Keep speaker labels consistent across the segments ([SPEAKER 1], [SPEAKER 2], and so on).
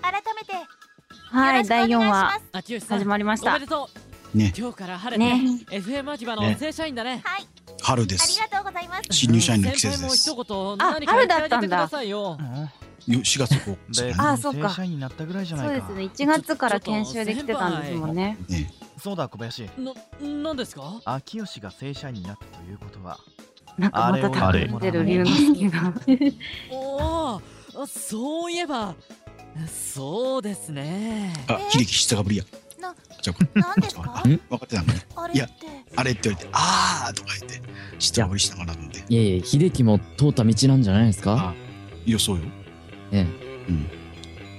[SPEAKER 1] 改めてよ
[SPEAKER 2] は
[SPEAKER 1] ろ
[SPEAKER 2] い、
[SPEAKER 1] しくお
[SPEAKER 2] 第
[SPEAKER 1] 願いし
[SPEAKER 2] 4
[SPEAKER 1] ま
[SPEAKER 2] 話
[SPEAKER 1] す。
[SPEAKER 3] あ、ちゅうさん
[SPEAKER 2] 始まりまし
[SPEAKER 3] お
[SPEAKER 2] た
[SPEAKER 3] めで。とう。
[SPEAKER 4] ね
[SPEAKER 3] 今日から晴れて、
[SPEAKER 2] ね、
[SPEAKER 3] FM 秋葉の
[SPEAKER 4] ね
[SPEAKER 3] 正社員だね。
[SPEAKER 1] はい、
[SPEAKER 4] 春です
[SPEAKER 1] ありがとうございます。
[SPEAKER 4] 新入社員の季節で
[SPEAKER 3] うん
[SPEAKER 4] す
[SPEAKER 3] 先輩も一言
[SPEAKER 2] あ
[SPEAKER 3] 何か言ってあげてくださいよ。
[SPEAKER 4] よ4月こう
[SPEAKER 5] で、
[SPEAKER 2] あそっか
[SPEAKER 5] 正社員になったぐらいじゃ
[SPEAKER 2] そう
[SPEAKER 5] ない
[SPEAKER 2] で
[SPEAKER 5] か。
[SPEAKER 2] すね、1月から研修できてたんですもんね。
[SPEAKER 4] ね
[SPEAKER 5] そうだ、小林。
[SPEAKER 3] な、なんですか
[SPEAKER 5] 秋吉が正社員になったということは、
[SPEAKER 2] なんかまた
[SPEAKER 6] あ
[SPEAKER 2] 企
[SPEAKER 6] れ
[SPEAKER 2] んでる龍之介が。
[SPEAKER 3] おお、そういえば、そうですね。
[SPEAKER 4] あ秀樹しつがぶりや
[SPEAKER 1] な
[SPEAKER 4] じゃ
[SPEAKER 1] 何ですか
[SPEAKER 4] あ？分かってたんかね
[SPEAKER 1] あ
[SPEAKER 4] い
[SPEAKER 1] れ
[SPEAKER 4] や
[SPEAKER 1] って。
[SPEAKER 4] あれって言われてあーとか言ってしつがぶりしたかなと思って
[SPEAKER 6] いえいえ、秀樹も通った道なんじゃないですか
[SPEAKER 4] あいやそうよ
[SPEAKER 6] え
[SPEAKER 4] うん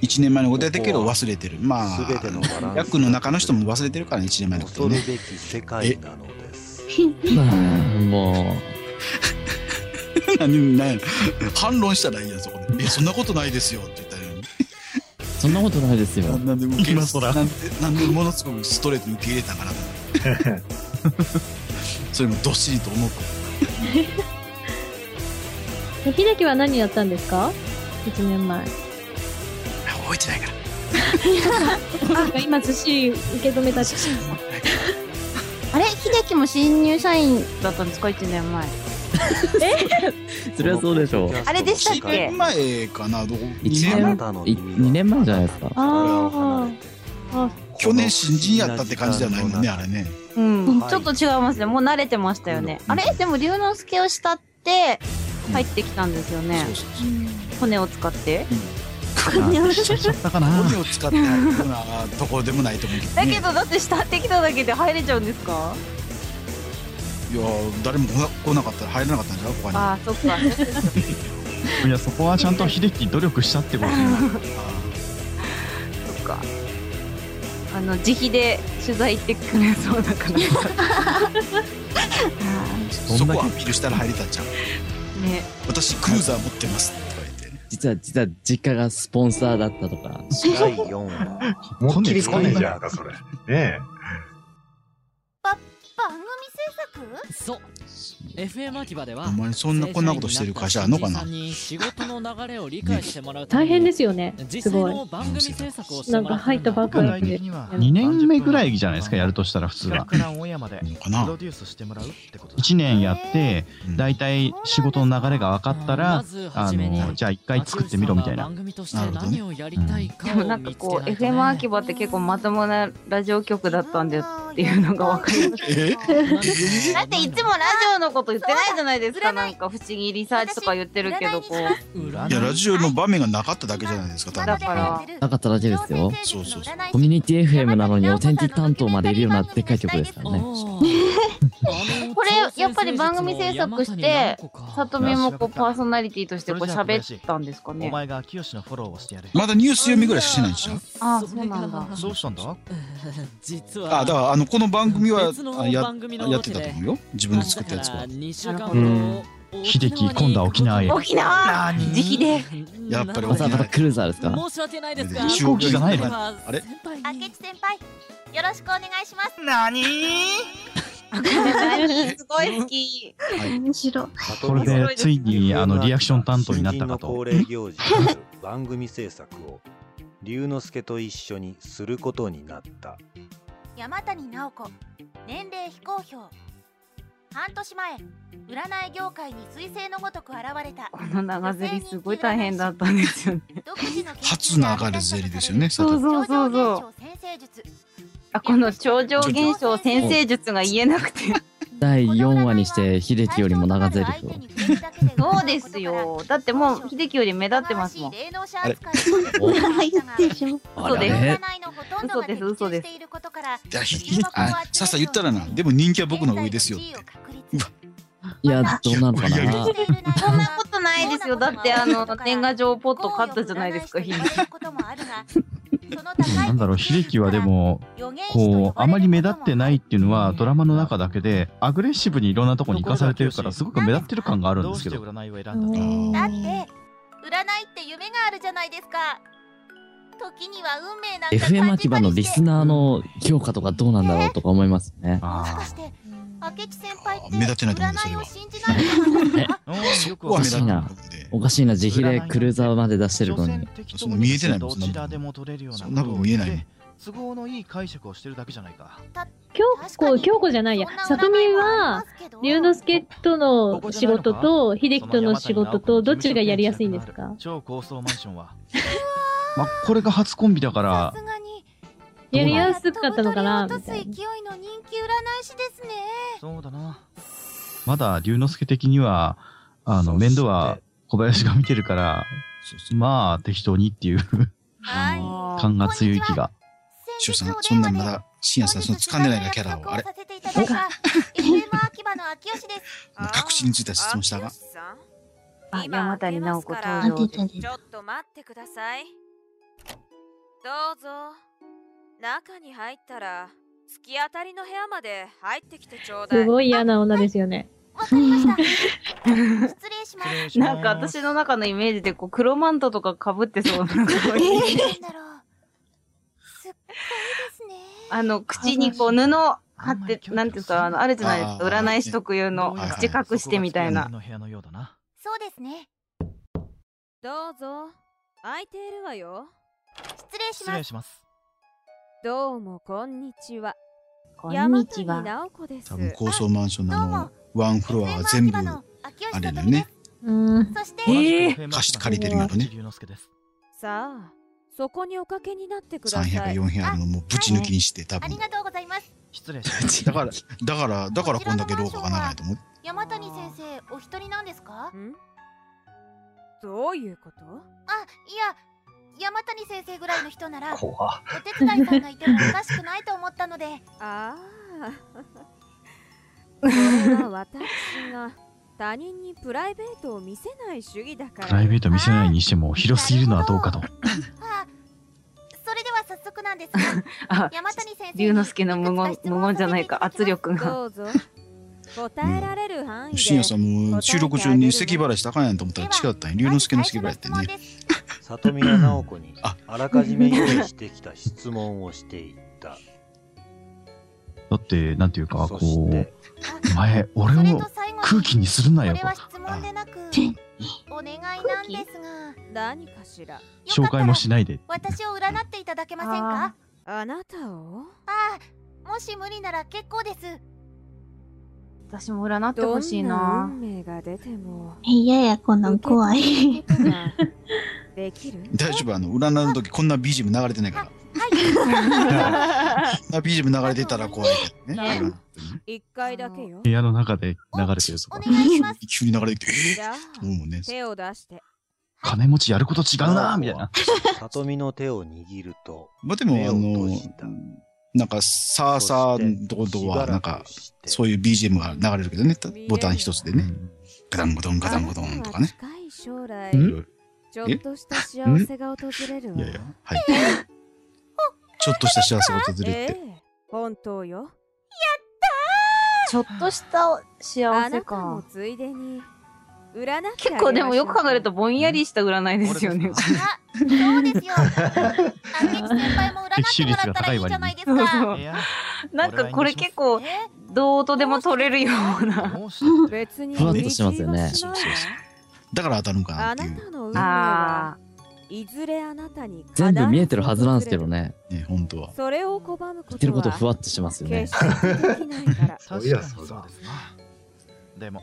[SPEAKER 4] 1年前のことやったけど忘れてるまあ
[SPEAKER 7] 全てのバランス
[SPEAKER 4] 役の中の人も忘れてるから1年前のこと
[SPEAKER 7] 恐る
[SPEAKER 4] ね
[SPEAKER 7] べき世界なのです。
[SPEAKER 6] え。 も
[SPEAKER 4] 何何反論したらいいやんそこで「えそんなことないですよ」って言ったらいいのに
[SPEAKER 6] う、そんなことないですよ。
[SPEAKER 4] なんで受 け
[SPEAKER 8] 今更
[SPEAKER 4] なんでなんでものすごくストレートに受け入れたんかなと思ってそれもどっしりと 重く
[SPEAKER 9] 秀樹は何やったんですか ?1 年前。
[SPEAKER 4] 覚えてないから
[SPEAKER 9] 今寿司受け止めたし。
[SPEAKER 2] あれ、秀樹も新入社員だったんですか、1年前。
[SPEAKER 6] そりゃそうでしょう。
[SPEAKER 2] あれでしたっ
[SPEAKER 4] 1
[SPEAKER 2] け
[SPEAKER 4] 年前かなどこ
[SPEAKER 6] 一
[SPEAKER 4] 二
[SPEAKER 6] 年
[SPEAKER 4] 前
[SPEAKER 6] い二年前じゃないですか
[SPEAKER 9] ああ。
[SPEAKER 4] 去年新人やったって感じじゃないもんねあれね
[SPEAKER 2] うん、
[SPEAKER 7] はい
[SPEAKER 2] ちょっと違いますね。もう慣れてましたよね。
[SPEAKER 4] うん
[SPEAKER 2] あれでも龍之介を慕って入ってきたんですよね。
[SPEAKER 4] そうそうそう
[SPEAKER 2] 骨を使って。
[SPEAKER 5] ちゃったかな。
[SPEAKER 4] 骨を使って入るようなところでもないと思うけど、
[SPEAKER 2] だ
[SPEAKER 4] ね、
[SPEAKER 2] けど、だって慕ってきただけで入れちゃうんですか
[SPEAKER 4] いや誰も来な来なかったら入れなかったんじゃない他に
[SPEAKER 2] ああ、そっか。
[SPEAKER 8] いやそこはちゃんと秀樹努力したってことね
[SPEAKER 2] そっか。あの、自費で取材行ってくれそうだ から。
[SPEAKER 4] そそこはアピールしたら入れたんじゃん
[SPEAKER 2] ね。
[SPEAKER 4] 私クルーザー持ってますとか言ってね
[SPEAKER 6] 実は、実は実家がスポンサーだったとか。
[SPEAKER 7] 第四話。
[SPEAKER 8] もっきり
[SPEAKER 7] 来ねえじゃん
[SPEAKER 8] かそれね
[SPEAKER 1] 番組制作？
[SPEAKER 3] そう。FM 秋葉では
[SPEAKER 4] ほん、まにそんなこんなことしてる会社あんのか
[SPEAKER 3] 正
[SPEAKER 4] な
[SPEAKER 3] 社員になった新人さんに仕事の流れを理解してもらうため
[SPEAKER 9] 大
[SPEAKER 3] に
[SPEAKER 9] 変ですよね。す
[SPEAKER 3] 実際
[SPEAKER 9] ごい。
[SPEAKER 3] の番組制作をして
[SPEAKER 9] な
[SPEAKER 3] も
[SPEAKER 9] ん
[SPEAKER 3] ら
[SPEAKER 9] か
[SPEAKER 3] う
[SPEAKER 9] 入ったばっ
[SPEAKER 5] 具
[SPEAKER 9] か
[SPEAKER 5] 体
[SPEAKER 9] りで
[SPEAKER 5] 的。には
[SPEAKER 8] 2年目ぐらいじゃないですかやるとしたら普通
[SPEAKER 5] 企画
[SPEAKER 8] は
[SPEAKER 5] からオンエアまで
[SPEAKER 4] のか
[SPEAKER 5] プ
[SPEAKER 4] な
[SPEAKER 5] ロデュースしてもらうってことだ。
[SPEAKER 8] 1年やって
[SPEAKER 4] うん
[SPEAKER 8] 大体仕事の流れが分かったらあのじゃあ1回作ってみろみたいな
[SPEAKER 3] 番組として何をやりたいか
[SPEAKER 2] で
[SPEAKER 3] を見つけ
[SPEAKER 2] も
[SPEAKER 3] なとね
[SPEAKER 2] ないんかこう、FM 秋葉って結構まともなラジオ局だったんでっていうのがわかります
[SPEAKER 4] え
[SPEAKER 2] だっていつもラジオのこと言ってないじゃないですか。なんか不思議リサーチとか言ってるけど、こう。
[SPEAKER 4] いやラジオの場面がなかっただけじゃないですか多分
[SPEAKER 2] だから
[SPEAKER 6] なかっただけですよ
[SPEAKER 4] そうそうそう
[SPEAKER 6] コミュニティ FM なのにお天気担当までいるようなでっかい曲ですからね。
[SPEAKER 3] おー
[SPEAKER 2] これやっぱり番組制作してさとみもこうパーソナリティとしてこう喋ったんですか
[SPEAKER 5] お
[SPEAKER 2] ね。
[SPEAKER 5] 前が秋吉のフォローをしてやれ。
[SPEAKER 4] まだニュース読みぐらいしかしてないんじゃん
[SPEAKER 2] あーそうなんだ
[SPEAKER 5] どうしたんだ
[SPEAKER 3] 実は
[SPEAKER 4] あだからあのこの番組は
[SPEAKER 3] 別の
[SPEAKER 4] あや
[SPEAKER 3] 番組の
[SPEAKER 4] やってたと思うよ自分で作ったやつ
[SPEAKER 3] だか
[SPEAKER 4] は
[SPEAKER 3] ら二週間
[SPEAKER 2] なる
[SPEAKER 3] ほ
[SPEAKER 2] ほ
[SPEAKER 3] ど
[SPEAKER 2] ど
[SPEAKER 3] 沖縄に
[SPEAKER 8] 秀樹今度は沖縄へ
[SPEAKER 2] 沖縄
[SPEAKER 5] 何
[SPEAKER 2] 自費で。
[SPEAKER 4] やっぱり
[SPEAKER 6] わ
[SPEAKER 4] 沖
[SPEAKER 6] ざ
[SPEAKER 4] 縄
[SPEAKER 6] わざクルーザーですから。
[SPEAKER 3] 申し訳ないですが
[SPEAKER 4] 飛
[SPEAKER 8] 行機がないの
[SPEAKER 3] あ
[SPEAKER 4] れ
[SPEAKER 1] 明智先輩、よろしくお願いします。
[SPEAKER 2] すごい好き。
[SPEAKER 9] 面白い。
[SPEAKER 8] これでついにあのリアクション担当になったか
[SPEAKER 7] 新人の恒
[SPEAKER 8] と
[SPEAKER 7] 例行事である番組制作を龍之介と一緒にすることになった。
[SPEAKER 1] 山谷直子、年齢非公表。半年前、占い業界に彗星のごとく現れた
[SPEAKER 2] この長ゼリすごい大変だったんですよね。
[SPEAKER 1] 独自の研究で
[SPEAKER 4] 初流れゼリですよね佐
[SPEAKER 2] そう
[SPEAKER 4] 藤
[SPEAKER 2] そうそうそう。あこの超常現象先生術が言えなくて。
[SPEAKER 6] 第4話にして秀樹よりも長ゼリフを。
[SPEAKER 2] そうですよ。だってもう秀樹より目立ってますもん。
[SPEAKER 1] あれ。
[SPEAKER 2] 嘘です。
[SPEAKER 6] ね
[SPEAKER 2] 嘘です嘘です
[SPEAKER 1] ことから
[SPEAKER 4] いやひあさっさ言ったらなでも人気は僕の方が上ですよ
[SPEAKER 1] 現在の地位を確立
[SPEAKER 6] いや、どうなのか
[SPEAKER 4] いや
[SPEAKER 6] な。
[SPEAKER 2] そんなことないですよ。だってあの年賀状ポット買ったじゃないですか、秀樹。
[SPEAKER 8] なんだろう秀樹はでもこうあまり目立ってないっていうのはドラマの中だけでアグレッシブにいろんなとこに行かされてるからすごく目立ってる感があるん
[SPEAKER 5] ど
[SPEAKER 8] で
[SPEAKER 5] う
[SPEAKER 8] す
[SPEAKER 5] して
[SPEAKER 8] けど
[SPEAKER 5] 占いを選んだの
[SPEAKER 1] だって占いって夢があるじゃないですか時には運命なんか
[SPEAKER 6] FM 秋葉のリス
[SPEAKER 1] ナ
[SPEAKER 6] ナーの評価とかどうなんだろうとか思いますね。
[SPEAKER 1] もし
[SPEAKER 8] あ
[SPEAKER 1] か
[SPEAKER 8] あ
[SPEAKER 1] して明智先輩って
[SPEAKER 4] 目立ってないと思うんです
[SPEAKER 1] 占いを信
[SPEAKER 4] よ
[SPEAKER 1] じないの かな
[SPEAKER 8] おーよく
[SPEAKER 4] こは
[SPEAKER 8] わかっ
[SPEAKER 4] 目立
[SPEAKER 8] た
[SPEAKER 4] ってないと思うんで
[SPEAKER 6] おかしいな、自費でクルーザーまで出してる
[SPEAKER 8] 所
[SPEAKER 6] の
[SPEAKER 8] 詮
[SPEAKER 6] に。
[SPEAKER 8] 適
[SPEAKER 4] そ
[SPEAKER 8] 当
[SPEAKER 4] んな
[SPEAKER 8] に
[SPEAKER 4] 見えてないも
[SPEAKER 8] ど
[SPEAKER 4] んそんな
[SPEAKER 8] ちらでも取れるよう
[SPEAKER 4] そ
[SPEAKER 8] なん
[SPEAKER 4] な部分見えないもん
[SPEAKER 8] 都合のいい解釈をしてるだけじゃないか
[SPEAKER 9] 京子、京子じゃないや。里見は、龍之介との仕事と、秀樹との仕事と、どっちがやりやすいんですか
[SPEAKER 8] 超高層マンションは
[SPEAKER 10] まあ、これが初コンビだから
[SPEAKER 1] さ、すがに
[SPEAKER 9] やりやすかったのかなみた
[SPEAKER 1] やっと
[SPEAKER 9] い
[SPEAKER 1] ぶ
[SPEAKER 9] な
[SPEAKER 1] と。り落とす勢いの人気占い師ですね
[SPEAKER 8] そうだな
[SPEAKER 10] まだ龍之介的には、あの、
[SPEAKER 7] そして
[SPEAKER 10] 面倒は小林が見てるから、
[SPEAKER 4] そうそう
[SPEAKER 10] まあ、適当にっていう
[SPEAKER 1] は
[SPEAKER 10] 勘が強い気が。
[SPEAKER 4] 翔さんそんなんまだ深夜さんその掴んでないなキャラをあれ隠しについた質問したが
[SPEAKER 2] あ山谷直子登
[SPEAKER 9] なんて言った
[SPEAKER 2] 場
[SPEAKER 9] ん
[SPEAKER 2] で
[SPEAKER 9] ですす
[SPEAKER 11] ちょっと待ってください。どうぞ。中に入ったら、突き当たりの部屋まで入ってきてちょうだい。
[SPEAKER 9] すごい嫌な女ですよね。
[SPEAKER 1] わかりました失礼しま
[SPEAKER 8] 失
[SPEAKER 1] す
[SPEAKER 8] 礼します
[SPEAKER 2] なんか私の中のイメージでこう黒マントとかかぶってそうなのが多い
[SPEAKER 1] なんだろうすっごいですね
[SPEAKER 2] あの口にこう布貼ってなんていうんですかあのあるじゃないですか
[SPEAKER 4] あー
[SPEAKER 2] 占い師特有の
[SPEAKER 4] はい
[SPEAKER 2] 口隠してみたいな
[SPEAKER 8] そこが突き当たりの部屋のようだな
[SPEAKER 1] そうですね
[SPEAKER 11] どうぞ。空いているわよ。
[SPEAKER 1] 失礼し
[SPEAKER 8] 失
[SPEAKER 1] ま
[SPEAKER 8] 礼
[SPEAKER 1] す
[SPEAKER 8] します
[SPEAKER 11] どうもこんにちは。
[SPEAKER 2] こんにち
[SPEAKER 11] 山谷
[SPEAKER 2] は
[SPEAKER 11] 直子です
[SPEAKER 4] 多。分高層マンションのあのワンフロアは全部あれだよね
[SPEAKER 9] うん。
[SPEAKER 1] そして、
[SPEAKER 2] えー
[SPEAKER 8] ー
[SPEAKER 4] 貸し借りてるようなね
[SPEAKER 8] 龍之介です
[SPEAKER 11] さあ、そこにおかけになってください。
[SPEAKER 4] 300400あるのもうぶち抜きにして多
[SPEAKER 1] あ
[SPEAKER 4] 分
[SPEAKER 1] りがとうございます
[SPEAKER 8] 失礼します
[SPEAKER 4] だからだからだからこんだけ廊下が長いと思う
[SPEAKER 1] 山谷先生お一人なんですか
[SPEAKER 11] んどういうこと
[SPEAKER 1] あいや山谷先生ぐらいの人ならお
[SPEAKER 12] 怖っ
[SPEAKER 1] 手伝いさんがいてもおかしくないと思ったので
[SPEAKER 11] ああ。これは私が他人にプライベートを見せない主義だから。
[SPEAKER 10] プライベート見せないにしても広すぎるのはどうかと。
[SPEAKER 1] あそれでは早速なんです が
[SPEAKER 2] あ
[SPEAKER 1] 山谷先生に
[SPEAKER 2] 龍之介の無言無言じゃないか圧力が
[SPEAKER 11] どうぞ。答えられる範囲で。
[SPEAKER 4] 深夜さんも収録中に咳払いしたらあかんやんと思ったら違ったんや龍之介の咳払いってね
[SPEAKER 7] 里見が直子に
[SPEAKER 4] あ
[SPEAKER 7] あらかじめ用意してきた質問をしていった。
[SPEAKER 10] だって、なんていうか、こ
[SPEAKER 7] そして
[SPEAKER 10] う、お前、俺を空気にするな
[SPEAKER 1] こ
[SPEAKER 10] よ
[SPEAKER 1] れ。は質問でなくお願いなんですが
[SPEAKER 11] 何かしら。
[SPEAKER 10] 紹介もしないで。
[SPEAKER 1] 私を占っていただけませんか
[SPEAKER 11] あなたを
[SPEAKER 1] ああもし無理なら結構です
[SPEAKER 2] 私も占って
[SPEAKER 11] ど
[SPEAKER 2] ほしい
[SPEAKER 11] んな
[SPEAKER 2] な
[SPEAKER 11] 運命が出ても。
[SPEAKER 9] いやや、こんなん怖い。
[SPEAKER 11] 受け止めることができる
[SPEAKER 4] 大丈夫あの占いの時こんな BGM 流れてないからこんな BGM 流れてたら怖いからね
[SPEAKER 11] ね一回だけよ。
[SPEAKER 10] 部屋の中で
[SPEAKER 1] お
[SPEAKER 10] 流れてると
[SPEAKER 1] お
[SPEAKER 10] か。
[SPEAKER 1] 願いし ます
[SPEAKER 4] 急に流れてきて
[SPEAKER 11] じゃあ、
[SPEAKER 4] えーもうね
[SPEAKER 11] 手を出して。
[SPEAKER 10] 金持ちやること違うなみたいな。。
[SPEAKER 7] 里見の手を握ると、
[SPEAKER 4] まあでも
[SPEAKER 7] 目
[SPEAKER 4] あ
[SPEAKER 7] を閉
[SPEAKER 4] の
[SPEAKER 7] じた
[SPEAKER 4] なんかサーサーのとことはなんかそう
[SPEAKER 7] いう
[SPEAKER 4] いう BGM が流れるけどねたボタン一つでねガタンゴトンガタンゴトンとかね
[SPEAKER 11] あなたは近い将来、
[SPEAKER 4] いろいろ
[SPEAKER 11] ちょっとした幸せが訪れるわ。
[SPEAKER 4] いやいやはい ちょっとした幸せが訪れるっ
[SPEAKER 11] え
[SPEAKER 4] て
[SPEAKER 11] え、本当よ。
[SPEAKER 2] ちょっとした
[SPEAKER 11] あ
[SPEAKER 2] 幸
[SPEAKER 11] な
[SPEAKER 2] せ
[SPEAKER 11] たも
[SPEAKER 2] か
[SPEAKER 11] ついでに、占って
[SPEAKER 2] 結構でもよく考えると
[SPEAKER 11] あ
[SPEAKER 2] ぼんやりした占いですよね
[SPEAKER 8] 俺
[SPEAKER 1] あそうですよ明智先輩も占ってもらったらいいじゃないですか
[SPEAKER 8] いや
[SPEAKER 2] なんかこれ結構
[SPEAKER 1] え
[SPEAKER 2] どうとでも取れるような
[SPEAKER 8] どうして
[SPEAKER 11] げますよ別に
[SPEAKER 6] ふわっとしてますよね
[SPEAKER 11] 無理強いはしないわ
[SPEAKER 4] だから当たるんかな
[SPEAKER 11] あ
[SPEAKER 4] っていう
[SPEAKER 11] なたの運命
[SPEAKER 2] あ
[SPEAKER 11] は、いずれあなたに必ず
[SPEAKER 6] 全部見えてるはずなんですけどね。
[SPEAKER 4] ね本当は
[SPEAKER 11] それを拒むことは
[SPEAKER 6] 言ってることふわっとしてますよね
[SPEAKER 11] 決。してできない から。
[SPEAKER 12] そういやそうだ
[SPEAKER 8] ですねでも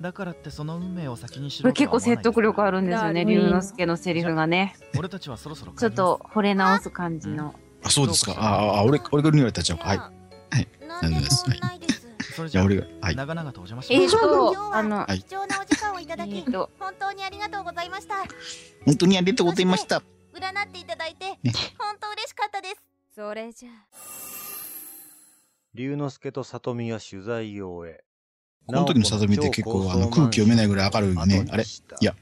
[SPEAKER 8] だからってその運命を先に知
[SPEAKER 2] こ
[SPEAKER 8] ろう
[SPEAKER 2] れ結
[SPEAKER 8] とは
[SPEAKER 2] 構
[SPEAKER 8] 思わない
[SPEAKER 2] 説得力あるんですよね
[SPEAKER 9] うん
[SPEAKER 2] 龍之介のセリフがね
[SPEAKER 8] 俺たちはそろそろ帰
[SPEAKER 2] ちょ
[SPEAKER 8] り
[SPEAKER 2] っ
[SPEAKER 8] ます
[SPEAKER 2] と惚れ直す感じの
[SPEAKER 4] あそうですかああ俺俺が言われたちゃうかはいはい
[SPEAKER 1] なんでもないです
[SPEAKER 8] それ
[SPEAKER 4] じ
[SPEAKER 8] じ
[SPEAKER 4] ゃ
[SPEAKER 8] ゃ
[SPEAKER 4] あ
[SPEAKER 8] あ
[SPEAKER 4] 俺がはい
[SPEAKER 8] 長々とお邪魔し
[SPEAKER 2] え
[SPEAKER 8] ま
[SPEAKER 2] っ
[SPEAKER 8] す
[SPEAKER 2] とあの
[SPEAKER 4] は
[SPEAKER 1] 貴重なお時間をいただ
[SPEAKER 2] え
[SPEAKER 1] き
[SPEAKER 2] っと
[SPEAKER 1] 本当にありがとうございました
[SPEAKER 4] 本当にありがとうございました
[SPEAKER 1] 占っていただいて
[SPEAKER 4] ね
[SPEAKER 1] 本当嬉しかったです
[SPEAKER 11] それじゃあ。
[SPEAKER 7] 龍之介と里見は取材を終え、
[SPEAKER 4] この時の里見って結構あの空気読めないぐらい明るいよねあれいや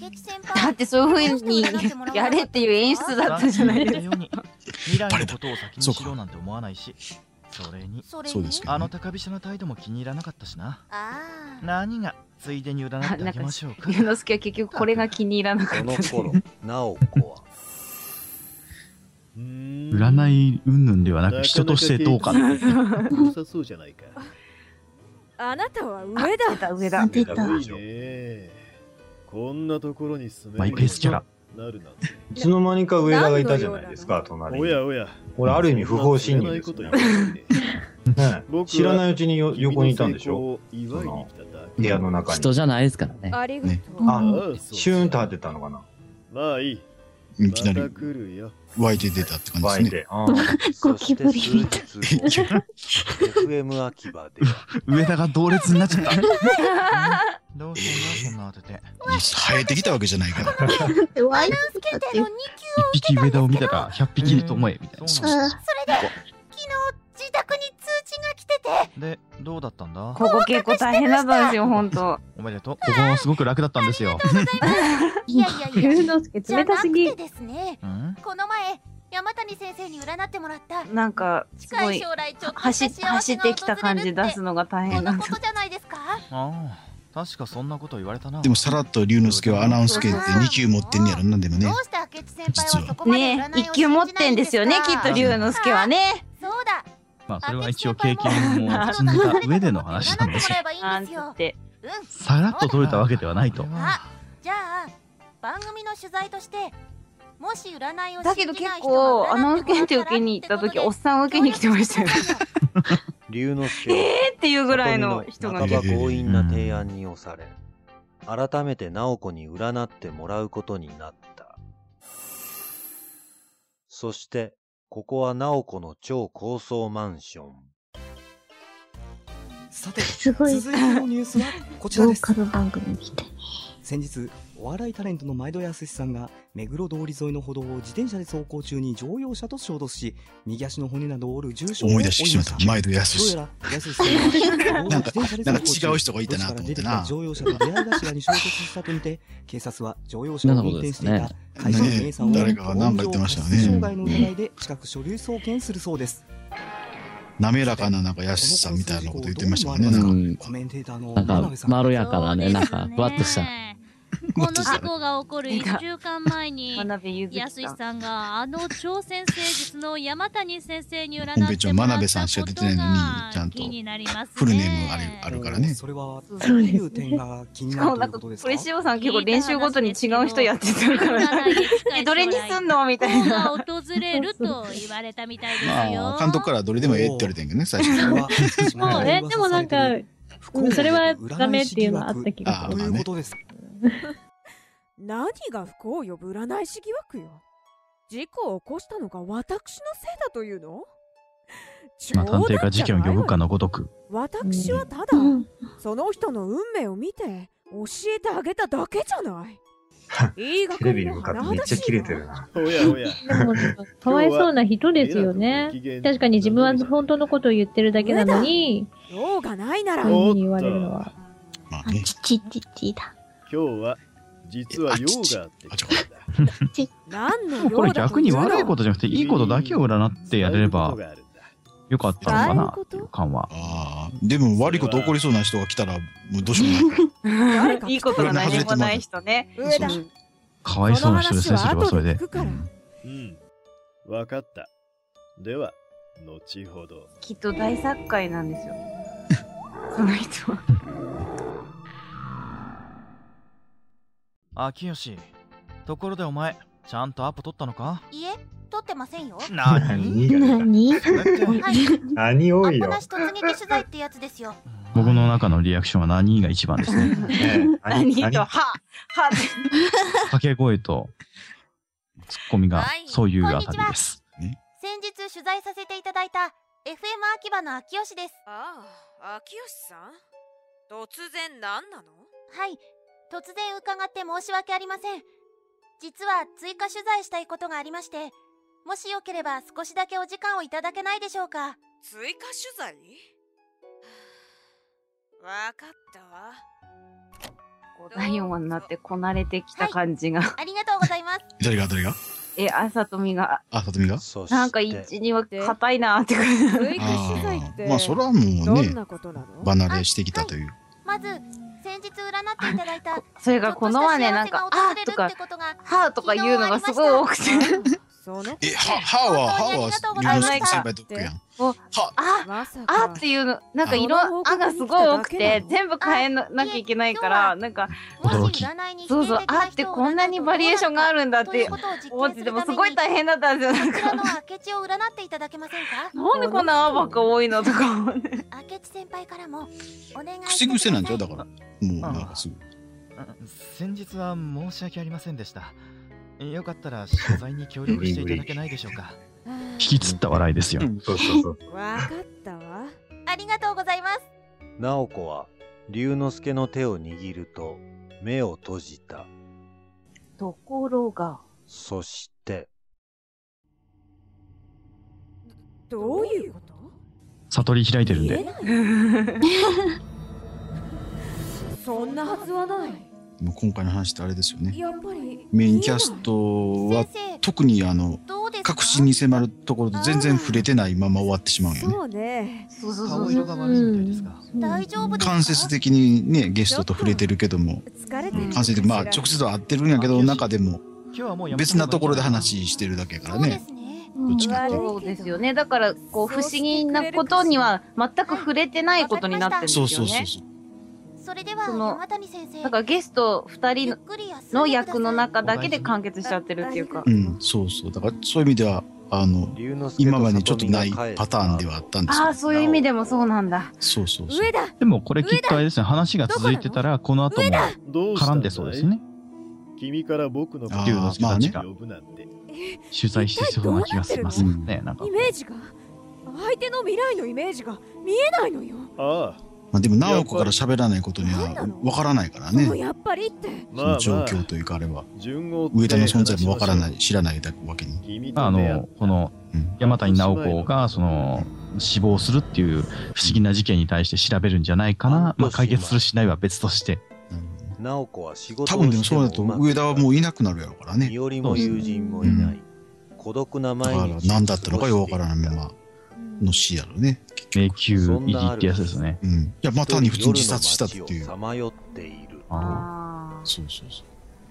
[SPEAKER 1] 明智先
[SPEAKER 2] だ
[SPEAKER 1] 輩
[SPEAKER 2] ってそういうふうにやれっていう演出だったじゃないですか
[SPEAKER 8] ように未来のことを先に知ろうなんて思わないしそれに
[SPEAKER 1] それに
[SPEAKER 4] そうですけ
[SPEAKER 8] あ
[SPEAKER 4] ど
[SPEAKER 8] の
[SPEAKER 4] ね
[SPEAKER 8] 高飛車の態度も気に入らなかったしな
[SPEAKER 1] ああ
[SPEAKER 8] 何がついでに占ってあげましょうか
[SPEAKER 2] 龍之介は結局これが気に入らなか
[SPEAKER 7] そ
[SPEAKER 2] った
[SPEAKER 7] の
[SPEAKER 2] ね
[SPEAKER 7] 頃、直子は、
[SPEAKER 10] 占い云々ではなく、人としてどうかって。
[SPEAKER 12] 良さそうじゃないか。
[SPEAKER 13] あなたは上だ。
[SPEAKER 2] 上だ。
[SPEAKER 14] 出た。
[SPEAKER 10] こんなところに住め
[SPEAKER 14] マイペースキャラ
[SPEAKER 10] なるなんて。
[SPEAKER 7] いつの間にか上田がいたじゃないですか、隣に。
[SPEAKER 10] おやおや。
[SPEAKER 7] これ、ある意味不法侵入ですね。ねえ 知らないうちによ横にいたんでしょその部屋の中に。
[SPEAKER 6] 人じゃないですからね。
[SPEAKER 13] ありがとう。
[SPEAKER 7] あ、シューンと当てたのかな。
[SPEAKER 10] まあいい。
[SPEAKER 4] いきなり
[SPEAKER 10] また来るよ。
[SPEAKER 4] 湧いて出たって感じですね。
[SPEAKER 7] ゴキブリみたい。FM 秋葉で。
[SPEAKER 4] 上田が同列になっちゃ った。
[SPEAKER 5] どうすんだ、そんな当てて。
[SPEAKER 4] 生えてきたわけじゃないから。
[SPEAKER 14] ワイ
[SPEAKER 1] スケての2級
[SPEAKER 8] 一匹上田を見たら100匹にと思えみたいな。
[SPEAKER 1] それで昨日自宅に通知が来てて
[SPEAKER 5] で、どうだったんだ
[SPEAKER 2] ここ結構大変だったんですよ、本当。
[SPEAKER 5] おめでとう。
[SPEAKER 8] ここはすごく楽だったんですよ。
[SPEAKER 1] いやいやいや
[SPEAKER 2] 龍之介
[SPEAKER 1] じゃ
[SPEAKER 2] 冷
[SPEAKER 1] な
[SPEAKER 2] たす
[SPEAKER 1] く
[SPEAKER 2] ぎ
[SPEAKER 1] て。ですねこの前山谷先生に占ってもらった
[SPEAKER 2] なんかす
[SPEAKER 1] 近
[SPEAKER 2] ご
[SPEAKER 1] い
[SPEAKER 2] い
[SPEAKER 1] 将来ちょっと
[SPEAKER 2] 走
[SPEAKER 1] し
[SPEAKER 2] った
[SPEAKER 1] 幸
[SPEAKER 2] 走
[SPEAKER 1] せ
[SPEAKER 2] っ
[SPEAKER 1] が
[SPEAKER 2] てきた感じ出すのが大変なんだ。
[SPEAKER 1] ことじゃないですか
[SPEAKER 5] ああ、確かそんなこと言われたな。
[SPEAKER 4] でもさらっと龍之介はアナウンス系って2級持ってんねやろなんでもね
[SPEAKER 1] どう。して明智先輩はそこまで占いを
[SPEAKER 2] ね、一級持ってんですよね、きっと龍之介はね。
[SPEAKER 1] そうだ
[SPEAKER 8] まあそれは一応経験も積んだ上での話 なんです
[SPEAKER 1] も
[SPEAKER 8] よ
[SPEAKER 1] らえばいいんですようん
[SPEAKER 8] さらっと取れたわけではないと。
[SPEAKER 1] あじゃあ番組の取材としてもし占いを
[SPEAKER 2] だけど結構、アナウンス検定受けに行った 時、おっさん受けに来てましたよ。
[SPEAKER 7] 龍之介は
[SPEAKER 2] えーっていうぐらいの人が
[SPEAKER 7] 半。ば強引な提案に押され、改めて直子に占ってもらうことになった。そして、ここは直子の超高層マンション。
[SPEAKER 12] さて、
[SPEAKER 14] すごい
[SPEAKER 12] 続いてのニュースはこちらです。
[SPEAKER 14] ローカル番組みたい。
[SPEAKER 12] 先日、お笑いタレントの前戸康さんが、目黒通り沿いの歩道を自転車で走行中に乗用車と衝突し、右足の骨などを折る重傷を負
[SPEAKER 4] 思
[SPEAKER 12] い
[SPEAKER 4] い
[SPEAKER 12] ま
[SPEAKER 4] 出してしまっ
[SPEAKER 12] した。
[SPEAKER 4] た。前戸安
[SPEAKER 12] どう
[SPEAKER 4] し
[SPEAKER 12] や。ら、康さん は、
[SPEAKER 4] なんかなんか違う人がいたなと思ってな
[SPEAKER 12] 乗用車と出会い頭に衝突したとみて、警察は乗用車を運転していた会社員 A さんを、
[SPEAKER 4] ね誰かがなんか言ってましたよね
[SPEAKER 12] 業務上過失傷害の疑いで近く書類送検するそうです。
[SPEAKER 4] 滑らかななんか安さみたいなこと言ってましたもんね。な
[SPEAKER 6] うんん
[SPEAKER 4] か。
[SPEAKER 12] コメンテーターの
[SPEAKER 6] なん
[SPEAKER 12] 真
[SPEAKER 6] か
[SPEAKER 12] 鍋さん
[SPEAKER 6] まろやかなね、なんかふわっとした。
[SPEAKER 15] この事故が起こる1週間前に、やすしさんがあの超先生術の山谷先生に占
[SPEAKER 4] 本
[SPEAKER 15] っ
[SPEAKER 4] 編
[SPEAKER 15] て
[SPEAKER 4] 中
[SPEAKER 15] も
[SPEAKER 4] 真
[SPEAKER 15] らっ
[SPEAKER 4] 鍋さんしか出てないのに、ちゃんと
[SPEAKER 15] 気になりますね。
[SPEAKER 4] フルネームあるあるからね。
[SPEAKER 12] それは
[SPEAKER 4] どういう
[SPEAKER 12] 点が気に
[SPEAKER 2] しかもなんか、これ塩さん結構練習ごとに違う人やってたから、え、どれにすんのみたい
[SPEAKER 15] 幸
[SPEAKER 2] な
[SPEAKER 15] が。訪れると言われたみたいです
[SPEAKER 4] ま
[SPEAKER 15] よ
[SPEAKER 4] あ、。監督からどれでもええって言われてんけどね、最初からね。
[SPEAKER 9] そ うね、でもなんか、うんそれはダメっていうのはあった気がする。
[SPEAKER 12] ということです。
[SPEAKER 11] 何が不幸を呼ぶ占い師疑惑よ事故を起こしたのが私のせいだというの
[SPEAKER 8] まあ探偵が事件を呼ぶかのごとく。
[SPEAKER 11] 私はただ、その人の運命を見て教えてあげただけじ ゃない。いい学
[SPEAKER 7] テレビに向かってめっちゃキレてるな。
[SPEAKER 10] おやおや。
[SPEAKER 9] かわいそうな人ですよね。確かに自分は本当のことを言ってるだけなのに、
[SPEAKER 11] 用がないなら
[SPEAKER 9] こういうふうに言われるのは。
[SPEAKER 14] チッチッチだ。
[SPEAKER 10] 今日は、実は用があってきたんだ。
[SPEAKER 11] 何の
[SPEAKER 8] こ
[SPEAKER 11] 用
[SPEAKER 8] れ
[SPEAKER 11] だと
[SPEAKER 8] 逆に悪いことじゃなくていいことだけを占ってやれれば
[SPEAKER 4] よかった
[SPEAKER 8] のかな
[SPEAKER 4] っていう
[SPEAKER 8] 感は。
[SPEAKER 4] ああ、でも悪いこと起こりそうな人が来たら、もうどうしようもない。
[SPEAKER 2] いいことが何もない人ね。
[SPEAKER 11] 上だ。
[SPEAKER 4] か
[SPEAKER 8] わいそうな人ですね、そ
[SPEAKER 10] そ
[SPEAKER 8] れ
[SPEAKER 10] の話は
[SPEAKER 8] はそれ
[SPEAKER 10] 後
[SPEAKER 8] で。
[SPEAKER 10] うん。わかった。では、後ほど。
[SPEAKER 2] きっと大作界なん ですよ。その人は。
[SPEAKER 5] 秋吉、ところでお前、ちゃんとアポ取ったのか
[SPEAKER 1] いえ取ってませんよ
[SPEAKER 5] 何
[SPEAKER 14] 何
[SPEAKER 7] 何多い
[SPEAKER 1] アポなし突撃取材ってやつですよ
[SPEAKER 8] 僕の中のリアクションは何が一番です ね。
[SPEAKER 2] 何と、は、は、
[SPEAKER 8] 掛け声とツッコミがそういうあたりです。
[SPEAKER 1] 先日取材させていただいた FM 秋葉の秋吉です
[SPEAKER 13] ああ、秋吉さん突然何なの
[SPEAKER 1] はい突然伺って申し訳ありません実は追加取材したいことがありましてもしよければ少しだけお時間をいただけないでしょうか
[SPEAKER 13] 追加取材 はあわかった わ。
[SPEAKER 2] 第4話になってこなれてきた感じが。
[SPEAKER 1] ありがとうございます
[SPEAKER 4] 誰が誰が
[SPEAKER 2] え、あさとみが、
[SPEAKER 4] あ、さとみが
[SPEAKER 2] なんか一、には硬いなーって感じ。
[SPEAKER 4] ああ、まあ、それはもうね、離れしてきたという。
[SPEAKER 1] まず先日占っていただい た
[SPEAKER 2] それがこのはね、なんか、あーとか、はーとか言うのがすごい多くて。
[SPEAKER 11] その
[SPEAKER 4] え、は、はは、はは、龍之介先輩ドッグやん。
[SPEAKER 2] おあ、あっていうの、なんか色、あがすごい多くて、全部変えなきゃいけないから、なんか、
[SPEAKER 4] 驚き。
[SPEAKER 2] そうそう、あってこんなにバリエーションがあるんだって思ってて、でもすごい大変だったんですよ。なん
[SPEAKER 1] こちら
[SPEAKER 2] か
[SPEAKER 1] の明智を占っていただけませんか
[SPEAKER 2] なんでこんなアーバカ多いのとかもね。
[SPEAKER 1] 明智先輩からもお願い
[SPEAKER 4] 口癖なんちゃうだから。もう、なんかすぐ。
[SPEAKER 5] 先日は申し訳ありませんでした。よかったら取材に協力していただけないでしょうか。
[SPEAKER 8] 引きつった笑いですよ。
[SPEAKER 16] そうそうそう。
[SPEAKER 1] わかったわありがとうございます
[SPEAKER 16] 直子は龍之介の手を握ると目を閉じた。
[SPEAKER 2] ところが、
[SPEAKER 16] そして、
[SPEAKER 11] どういうこ
[SPEAKER 8] 悟り開いてるんで。
[SPEAKER 11] と そんなはずはない
[SPEAKER 4] もう今回の話ってあれですよね。
[SPEAKER 11] やっぱり
[SPEAKER 4] メインキャストは特にあの、確信に迫るところと全然触れてないまま終わってしまうんよね。
[SPEAKER 11] そうね
[SPEAKER 2] そうそう
[SPEAKER 5] そう顔色が悪いみたいですが
[SPEAKER 1] 大丈夫です
[SPEAKER 4] 間接的にね、ゲストと触れてるけども、
[SPEAKER 11] 疲れてる
[SPEAKER 4] 間接的にまあ直接は合ってるんやけど、中でも
[SPEAKER 5] 今日はもうやめ
[SPEAKER 4] 別なところで話してるだけやからね。
[SPEAKER 2] そうですよね。だから、こう、不思議なことには全く触れてないことになってるんです
[SPEAKER 4] そ
[SPEAKER 2] よ
[SPEAKER 4] う
[SPEAKER 2] ね。
[SPEAKER 4] そうそうそう。
[SPEAKER 1] それでは山谷先生
[SPEAKER 2] だからゲスト二人のの役の中だけで完結しちゃってるっていうか
[SPEAKER 4] う。ん、そうそう。だからそういう意味では、あの、今までにちょっとないパターンではあったんです
[SPEAKER 2] ああ、そういう意味でもそうなんだ。
[SPEAKER 4] そうそう
[SPEAKER 2] 上だ
[SPEAKER 8] でもこれきっとあれですね、話が続いてたら、この後も絡んでそうですね。
[SPEAKER 10] 君から僕の
[SPEAKER 8] 龍之介たちが
[SPEAKER 10] 呼ぶなんて。
[SPEAKER 8] 取材してそうな気がしますね。なんか
[SPEAKER 11] イメージが相手の未来のイメージが見えないのよ
[SPEAKER 10] ああ。
[SPEAKER 4] まあ、でも、直子から喋らないことにはわからないから
[SPEAKER 11] その
[SPEAKER 4] ね。
[SPEAKER 11] やっぱりって
[SPEAKER 4] その状況というか、あれは。
[SPEAKER 10] 順を追って
[SPEAKER 4] 上田の存在もわからない、知らないだわけに。
[SPEAKER 8] まああの、この山谷直子がその死亡するっていう不思議な事件に対して調べるんじゃないかな、まあ、解決するしないは別として
[SPEAKER 16] 直子は仕事
[SPEAKER 4] 多
[SPEAKER 16] を
[SPEAKER 4] 分でも
[SPEAKER 16] して
[SPEAKER 4] そうだと、上田はもういなくなるやろうからね。
[SPEAKER 16] 身寄りも友人もいない。孤独な
[SPEAKER 4] だから
[SPEAKER 16] 毎日。
[SPEAKER 4] 何だったのかよくわからないままの死やろね。
[SPEAKER 8] 迷宮入りってやつですね。
[SPEAKER 4] うん。いや、まあ単に普通に自殺したっていう。
[SPEAKER 16] さまよっている。
[SPEAKER 4] そうそうそ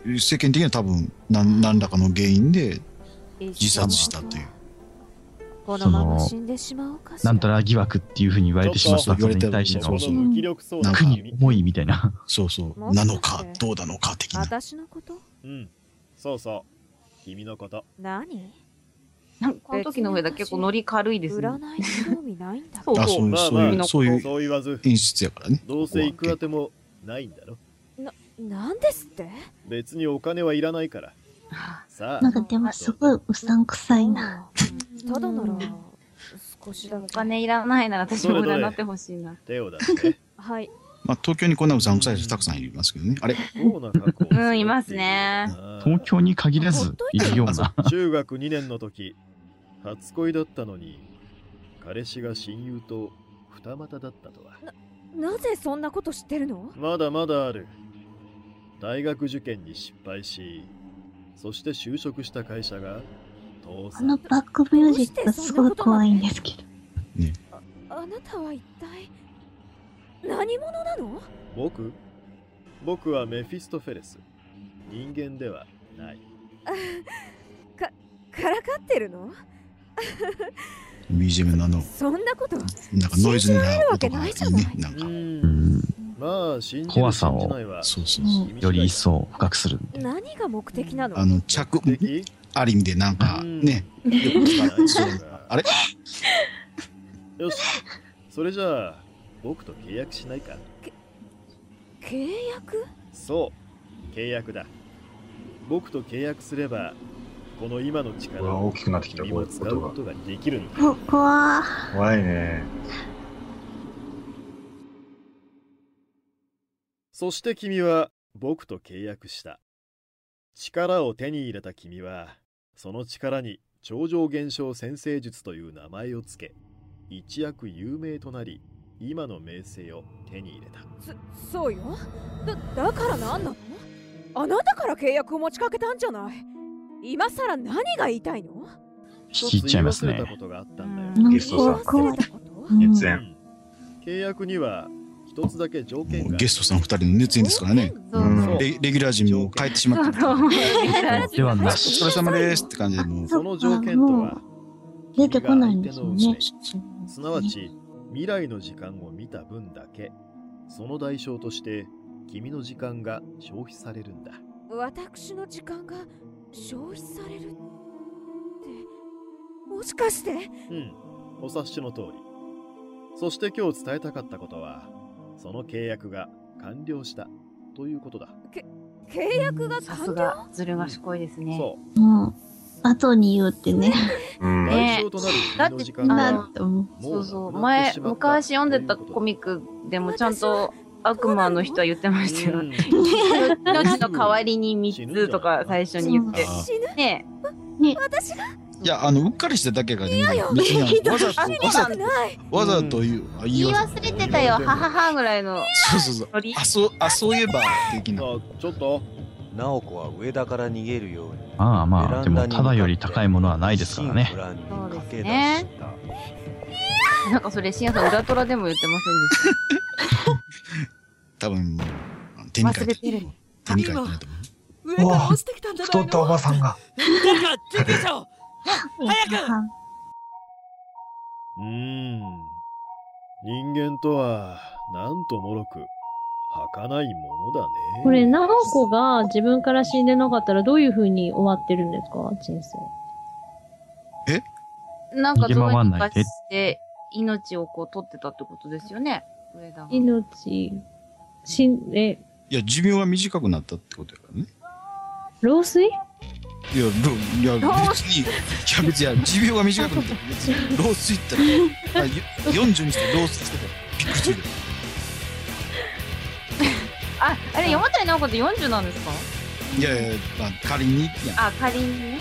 [SPEAKER 4] う。世間的には多分何何らかの原因で自殺したという。
[SPEAKER 11] こ
[SPEAKER 8] のまま死
[SPEAKER 11] んでしまおうか
[SPEAKER 8] なんたら疑惑っていうふうに言われてしまった
[SPEAKER 4] そ
[SPEAKER 8] そう
[SPEAKER 4] そう
[SPEAKER 8] れに対して
[SPEAKER 4] 言わ
[SPEAKER 8] の
[SPEAKER 4] れてるうん
[SPEAKER 8] なんか思いみたいな。
[SPEAKER 4] そうそう。なのか、どうだのか的な。
[SPEAKER 11] 私のこと
[SPEAKER 10] うん。そうそう。君のこと。
[SPEAKER 11] 何
[SPEAKER 2] なんかこの時の上だ結構ノリ軽いですね。
[SPEAKER 11] 占いに興味ないんだ
[SPEAKER 2] そう
[SPEAKER 4] あそうそういう、そういう演出やからね。
[SPEAKER 10] どうせいくらでもないんだろ。
[SPEAKER 11] な、なんですって
[SPEAKER 10] 別にお金はいらないから。さ
[SPEAKER 14] なんか
[SPEAKER 10] あ。
[SPEAKER 14] でもすごいうさんくさいな。
[SPEAKER 11] ただなら少しだけお
[SPEAKER 2] 金いらないなら私も占ってほしいな。
[SPEAKER 10] 手を出して。
[SPEAKER 11] はい。
[SPEAKER 4] まあ東京にこんなうさんくさい人たくさんいますけどね。あれ
[SPEAKER 2] うん、いますね。
[SPEAKER 8] 東京に限らずいるような。
[SPEAKER 10] 中学2年の時、初恋だったのに、彼氏が親友と二股だったとは。
[SPEAKER 11] なぜそんなこと知ってるの
[SPEAKER 10] まだまだある。大学受験に失敗し、そして就職した会社が、倒
[SPEAKER 14] あ
[SPEAKER 10] 産。
[SPEAKER 14] のバックミュージックがすごい怖いんですけど。
[SPEAKER 11] あなたは一体何者なの
[SPEAKER 10] 僕僕はメフィストフェレス。人間ではない。
[SPEAKER 11] か、からかってるの
[SPEAKER 4] BGM のあの、
[SPEAKER 11] そんなこと
[SPEAKER 4] なんかノイズになる音が
[SPEAKER 11] ないい
[SPEAKER 4] い
[SPEAKER 11] じゃない
[SPEAKER 4] ね。なんか。
[SPEAKER 10] まあ、信じる
[SPEAKER 8] 怖さ
[SPEAKER 10] 信
[SPEAKER 8] を
[SPEAKER 10] じないは
[SPEAKER 4] そうそう
[SPEAKER 8] より一層深くする。
[SPEAKER 11] 何が目的なの
[SPEAKER 4] あの、着、ある意味でなんかね、よく使うそうあれ
[SPEAKER 10] よし、それじゃあ、僕と契約しないか
[SPEAKER 11] 契約
[SPEAKER 10] そう、契約だ。僕と契約すれば、この今の力を
[SPEAKER 16] 大きくなってきた、
[SPEAKER 10] 君
[SPEAKER 16] こ
[SPEAKER 10] も
[SPEAKER 16] う
[SPEAKER 10] 使うことができるんだ。
[SPEAKER 14] ここは、
[SPEAKER 16] 怖いね。
[SPEAKER 10] そして君は僕と契約した。力を手に入れた君は、その力に超常現象先生術という名前をつけ、一躍有名となり、今の名声を手に入れた。
[SPEAKER 11] そうよだだから何なのあなたから契約を持ちかけたんじゃない今さら何が言いたいの
[SPEAKER 8] 聞いちゃいますね
[SPEAKER 10] 一つ言い忘れたことがあったんだよ。
[SPEAKER 8] ゲストさん
[SPEAKER 14] 怖い。
[SPEAKER 10] 契約には一つだけ条件が
[SPEAKER 4] ゲストさん二人の熱演ですからね。うんレレギュラー陣も帰ってしま った。
[SPEAKER 10] では
[SPEAKER 4] お疲れ様ですって感じでもう。
[SPEAKER 10] その条件とは
[SPEAKER 14] 出てこないんですよね。
[SPEAKER 10] すなわち未来の時間を見た分だけその代償として君の時間が消費されるんだ
[SPEAKER 11] 私の時間が消費されるってもしかして
[SPEAKER 10] うんお察しの通りそして今日伝えたかったことはその契約が完了したということだ
[SPEAKER 11] 契約が
[SPEAKER 2] さすがずる賢いですね。
[SPEAKER 14] もう、後に言うってね。
[SPEAKER 10] ん
[SPEAKER 2] ね
[SPEAKER 10] 代償となる
[SPEAKER 2] だっ
[SPEAKER 10] 君の時
[SPEAKER 2] て
[SPEAKER 10] 間が
[SPEAKER 2] あのそうそう前昔読んでたコミックでもちゃんと悪魔の人は言ってましたよ。命の代わりに3つとか最初に言って
[SPEAKER 4] 死。
[SPEAKER 2] ね
[SPEAKER 14] ね
[SPEAKER 11] 私が
[SPEAKER 4] いや、あの、うっかりしただけがね、別にあのわざと、わざと、わざと言う。あ
[SPEAKER 2] 言い忘れてたよ。はははぐらいの。
[SPEAKER 4] そうそうそう。あ、そう、あ、そういえば、的な。
[SPEAKER 10] ちょっと。
[SPEAKER 16] 直子は上田から逃げるように
[SPEAKER 8] まあまあ、でもただより高いものはないですからね。
[SPEAKER 2] そうですね。なんかそれ、しんやさん、裏トラでも言ってませんでした。
[SPEAKER 4] 多分、手に書いて、
[SPEAKER 2] てる。
[SPEAKER 4] 手に書いてないと
[SPEAKER 11] 上
[SPEAKER 4] から
[SPEAKER 11] 押してきたんだ
[SPEAKER 4] 太ったおばさん が。
[SPEAKER 11] 救急車を
[SPEAKER 14] 早く
[SPEAKER 10] うーん人間とはなんともろく儚いものだね
[SPEAKER 9] これ、ナオコが自分から死んでなかったらどういう風に終わってるんですか人
[SPEAKER 2] なんか、
[SPEAKER 9] 逃げ
[SPEAKER 2] どう
[SPEAKER 9] 回
[SPEAKER 2] に
[SPEAKER 9] んない
[SPEAKER 2] か
[SPEAKER 9] で
[SPEAKER 2] して、命をこう取ってたってことですよね。上田が。
[SPEAKER 9] 生。命、死ん、え、
[SPEAKER 4] いや、寿命は短くなったってことやからね。
[SPEAKER 9] 老
[SPEAKER 4] い
[SPEAKER 9] 衰
[SPEAKER 4] や、ろいや、別に、いや、別にいや、寿命が短くなった。別に、老衰ったら、あよ40にして老衰してたら、びっくりする。
[SPEAKER 2] あ、あれ、山谷直子って40なんですか
[SPEAKER 4] いやいや、まあ、仮に、いや、
[SPEAKER 2] あ、仮にね。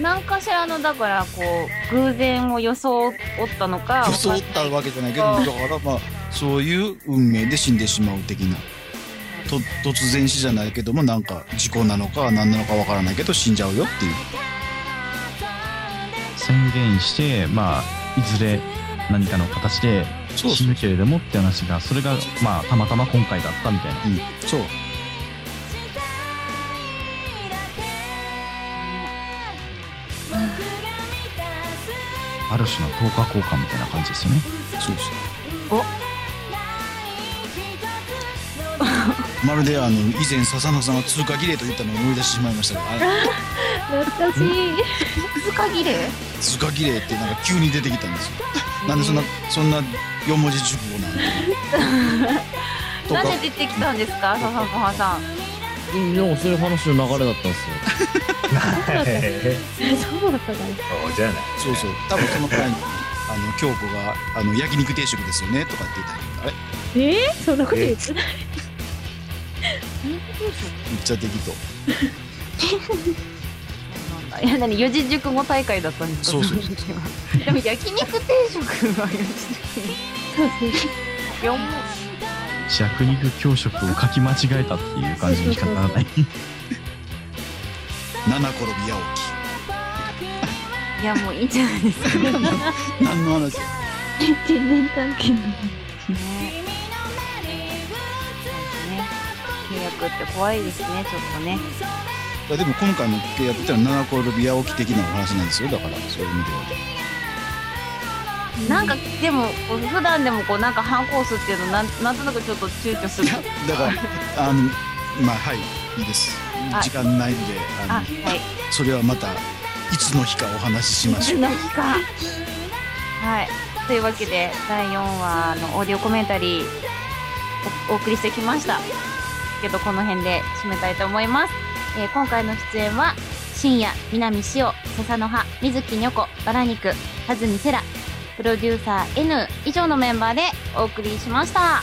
[SPEAKER 2] なんかしらの、だから、こう、偶然を装ったのか、
[SPEAKER 4] 装ったわけじゃないけど、だからまあ、そういう運命で死んでしまう的な。と突然死じゃないけども、なんか事故なのか何なのかわからないけど死んじゃうよっていう。
[SPEAKER 8] 宣言して、まあ、いずれ何かの形で死ぬけれどもって話が、それが、まあ、たまたま今回だったみたいな。
[SPEAKER 4] そう。
[SPEAKER 8] ある種の投下交換みたいな感じですよね。
[SPEAKER 4] そうそう。
[SPEAKER 2] お
[SPEAKER 4] まるであの、以前笹野さんが通過儀礼と言ったのを思い出してしまいましたが、あれ
[SPEAKER 9] 懐かしい。
[SPEAKER 2] 通過儀礼
[SPEAKER 4] 通過儀礼ってなんか急に出てきたんですよ。なんでそんな、そんな4文字熟語なんで。 と
[SPEAKER 2] な
[SPEAKER 4] か
[SPEAKER 2] んで出てきたんですか、笹ごはさん。
[SPEAKER 6] うんでもそういう話の流れだったんですよ。
[SPEAKER 9] そうだったか
[SPEAKER 4] そ
[SPEAKER 9] な。
[SPEAKER 4] うじゃない。そうそう。多分その回に、あの、京子が、あの、焼肉定食ですよね、とかって言ったら、あれ
[SPEAKER 9] えー、そんなこと言ってない。
[SPEAKER 4] めっちゃ適当。
[SPEAKER 2] いや、なに、四字熟語大会だったんですか
[SPEAKER 4] そうそう
[SPEAKER 2] の時は でも、焼肉定食は四字熟語。四文
[SPEAKER 8] 弱肉強食を書き間違えたっていう感じにしかならない。
[SPEAKER 4] 七転び八起
[SPEAKER 2] 字いや、もういいんじゃないですか。
[SPEAKER 4] き。何の話
[SPEAKER 14] 全然関係ない。
[SPEAKER 2] ね契約って怖いですね、ちょっとね。
[SPEAKER 4] いやでも今回の契約ってのは七転び八起き的なお話なんですよだからそういう意味では
[SPEAKER 2] なんか、でも、こう普段でも、こう、なんか、反抗すっていうの、なん、なんとなく、ちょっと躊躇する。
[SPEAKER 4] だからあのまあはいいいです
[SPEAKER 2] あ
[SPEAKER 4] 時間ないので
[SPEAKER 2] あ、
[SPEAKER 4] あ
[SPEAKER 2] は
[SPEAKER 4] の
[SPEAKER 2] い。
[SPEAKER 4] それはまたいつの日かお話ししましょう
[SPEAKER 2] の日か。はい。というわけで、第4話のオーディオコメンタリーお、お送りしてきました。けど、この辺で締めたいと思います。えー今回の出演は、深夜、南しお、笹の葉、水木にょこ、バラ肉、はずみせら、プロデューサー N 以上のメンバーでお送りしました。